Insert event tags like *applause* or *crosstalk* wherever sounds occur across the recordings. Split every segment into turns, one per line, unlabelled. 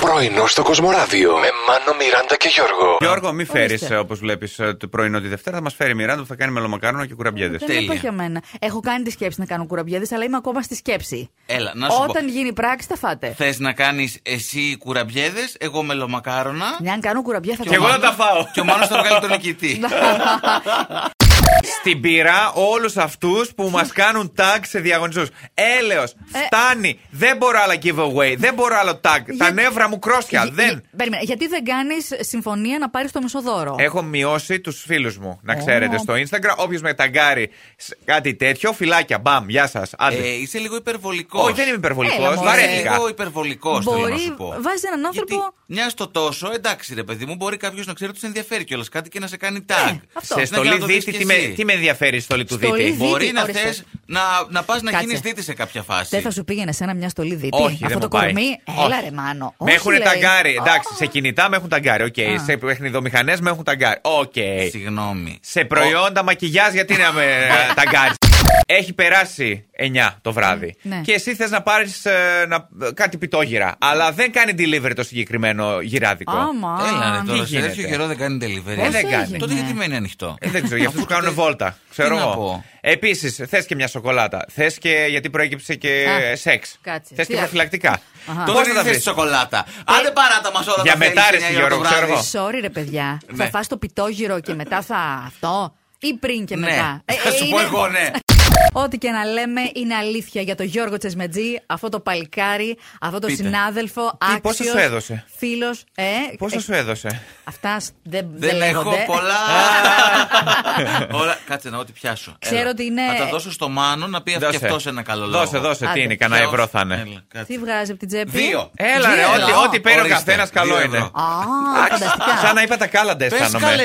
Πρωινό στο Κοσμοράδιο με Μάνο, Μιράντα και Γιώργο.
Γιώργο, μη ε,
Ορίστε.
φέρεις όπως βλέπεις το πρωινό τη Δευτέρα. Θα μας φέρει η Μιράντα που θα κάνει μελομακάρονα και κουραμπιέδες.
Δεν με είπα και εμένα. Έχω κάνει τη σκέψη να κάνω κουραμπιέδες, αλλά είμαι ακόμα στη σκέψη.
Έλα, Ε, να σου
Όταν
πω.
γίνει πράξη, τα φάτε.
Θες να κάνεις εσύ κουραμπιέδες, εγώ μελομακάρονα.
Ναι, αν κάνω κουραμπιέ θα
Και εγώ
κάνω.
να τα φάω.
Και ο Μάνος θα βγάλει τον νικητή.
*laughs*
Στην πειρά όλους αυτούς που μας
*laughs*
κάνουν tag σε διαγωνισμούς. Έλεος,
Ε.
φτάνει. Δεν μπορώ άλλα giveaway. Δεν μπορώ άλλο tag. Τα
Γιατί-
νεύρα μου κρόσια.
Γε-
Δεν.
γε- περίμενε, γιατί δεν κάνεις συμφωνία να πάρεις το μισό δώρο.
Έχω μειώσει τους φίλους μου, να
Ω.
ξέρετε, στο Instagram. Όποιος με ταγκάρει σε κάτι τέτοιο, φυλάκια. Μπαμ, γεια σας.
Ε,
Άντε.
είσαι λίγο υπερβολικός.
Όχι, δεν είμαι
Έλα,
υπερβολικό.
μωρέ.
Βαρέθηκα.
Λίγο υπερβολικός, θέλω να
Μπορεί-
σου πω.
βάζεις έναν άνθρωπο-
Γιατί μοιάζει το τόσο, εντάξει ρε παιδί μου, μπορεί κάποιος να ξέρει ότι σε ενδιαφέρει κιόλας κάτι και να σε κάνει
Ναι,
tag.
Σε
αυτό. Να
και να
στολή
το δεις
δίτη,
κι
τι με,
εσύ.
τι με ενδιαφέρει η στολή του
Στολή
δίτη.
δίτη.
Μπορεί να
ορίστε.
θες να, να πας να
Κάτσε.
γίνεις δίτη σε κάποια φάση.
Δεν θα σου πήγαινε σε ένα μια στολή δίτη.
Όχι, δεν
Αυτό
μου
το
πάει.
κορμί.
Όχι.
Έλα ρε μάνο.
Με έχουν ταγκάρει. Εντάξει, σε
σε
κινητά με έχουν ταγκάρει. Οκ.
Α.
Σε παιχνιδομηχανές με έχουν ταγκάρει. Οκ.
Συγγνώμη.
Ε, Σε προϊόντα μακιγιάζ, γιατί να
*laughs*
με ε, ταγκάρεις. Έχει περάσει 9 το βράδυ.
Ναι.
Και εσύ θες να πάρεις κάτι πιτόγυρα. Αλλά δεν κάνει delivery το συγκεκριμένο γυράδικο.
Άμα.
Έλα ρε
τι
τώρα, σε
γίνεται.
τέτοιο καιρό δεν κάνει delivery.
Ε, δεν
Πώς
κάνει.
έγινε?
Τότε γιατί μένει ανοιχτό.
Ε, δεν ξέρω, γι' αυτό
*laughs*
σου
Αφού
κάνουν
τε-
βόλτα. Ξέρω
να
εγώ.
πω.
Επίσης, θες και μια σοκολάτα. Θες και γιατί προέκυψε και
Α,
σεξ. Θε
κάτσε.
και
Τι άλλο.
προφυλακτικά.
Αχα.
Πώς θα
Τώρα
τα
δεν θε
βρεις.
σοκολάτα. Άντε παράτα μας όλα
Για
τα θέλεις,
μετάρρηση,
εννιά η ώρα το
Γιώργο, ξέρω
βράδυ.
εγώ.
Sorry ρε παιδιά.
Ναι.
Θα φας το πιτόγυρο και μετά θα αυτό. Ή πριν και
Ναι,
μετά. Ε,
θα
ε,
σου πω
είναι- *laughs*
εγώ ναι.
Ό,τι και να λέμε είναι αλήθεια για τον Γιώργο Τσεσμετζή, αυτό το παλικάρι, αυτό το
Πείτε.
συνάδελφο,
Τι, πόσα
άξιος,
σου έδωσε?
φίλος, ε,
Πόσος
ε,
σου έδωσε.
Αυτά σ- δεν, δεν
Δεν έχω
λέγονται.
*laughs*
πολλά. Όλα, κάτσε να ό,τι πιάσω.
Ξέρω
Έλα.
ότι είναι-
Θα τα δώσω στο Μάνο να πει
Δώσε.
και αυτός ένα καλό λόγο.
Δώσε, δώσε.
Άντε.
Τι είναι, κανένα
Ποιος?
ευρώ θα είναι.
Έλα, κάτσε.
*laughs* Τι βγάζει από την τσέπη.
Δύο.
Έλα, ρε,
Δύο
ό,τι,
ευρώ.
ό,τι παίρνει ο
Ορίστε,
καθένας καλό
δύο
είναι.
ευρώ.
Α, φανταστικά.
Σαν να είπα τα κάλαντα,
Πες
αισθάνομαι.
καλέ.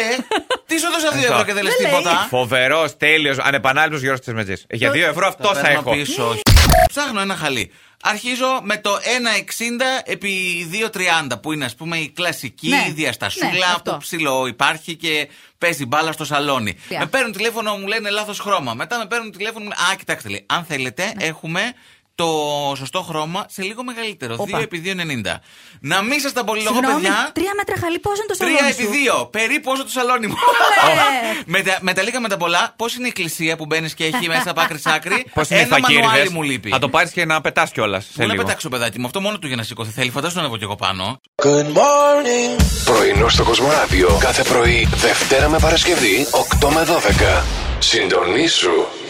Τι σου δώσα δύο ευρώ και δεν λες
Δεν λέει.
τίποτα.
Φοβερός, τέλειος, ανεπανάληπτο Γιώργο Τσεσμετζή. Για
Το-
2 ευρώ αυτό θα
Παίρνω
έχω.
πίσω. Ψάχνω ένα χαλί. Αρχίζω με το 1,60 επί 2,30 που είναι ας πούμε η κλασική
Ναι. Ναι,
διαστασούλα
αυτό.
που ψηλό υπάρχει και παίζει μπάλα στο σαλόνι.
Ωραία.
Με παίρνουν τηλέφωνο, μου λένε λάθος χρώμα. Μετά με παίρνουν τηλέφωνο, μου λένε, Α, κοιτάξτε, λέει, αν θέλετε,
Ναι.
έχουμε το σωστό χρώμα σε λίγο μεγαλύτερο.
Όπα.
2 επί 2,90. Να μην σας τα πολυλογώ,
Συγγνώμη,
παιδιά.
τρία μέτρα χαλί, πώς είναι το σαλόνι
3
σου.
επί 2, περίπου όσο το σαλόνι μου.
Ωραία.
*laughs* με, τα, με τα λίγα με τα πολλά, πώς είναι η εκκλησία που μπαίνεις και έχει μέσα από άκρη σ' άκρη.
Πώς είναι οι
Ένα μανουάλι
φακύριδε.
μου λείπει.
Θα το πάρεις και να πετάς κιόλας.
Μου να πετάξω, παιδάκι μου, αυτό μόνο του για να σηκωθεί. Θέλει, φαντάζομαι να ανέβω κι εγώ πάνω.
Πρωινό στο Κοσμοράδιο κάθε πρωί, Δευτέρα με Παρασκευή, 8 με 12. Συντονίσου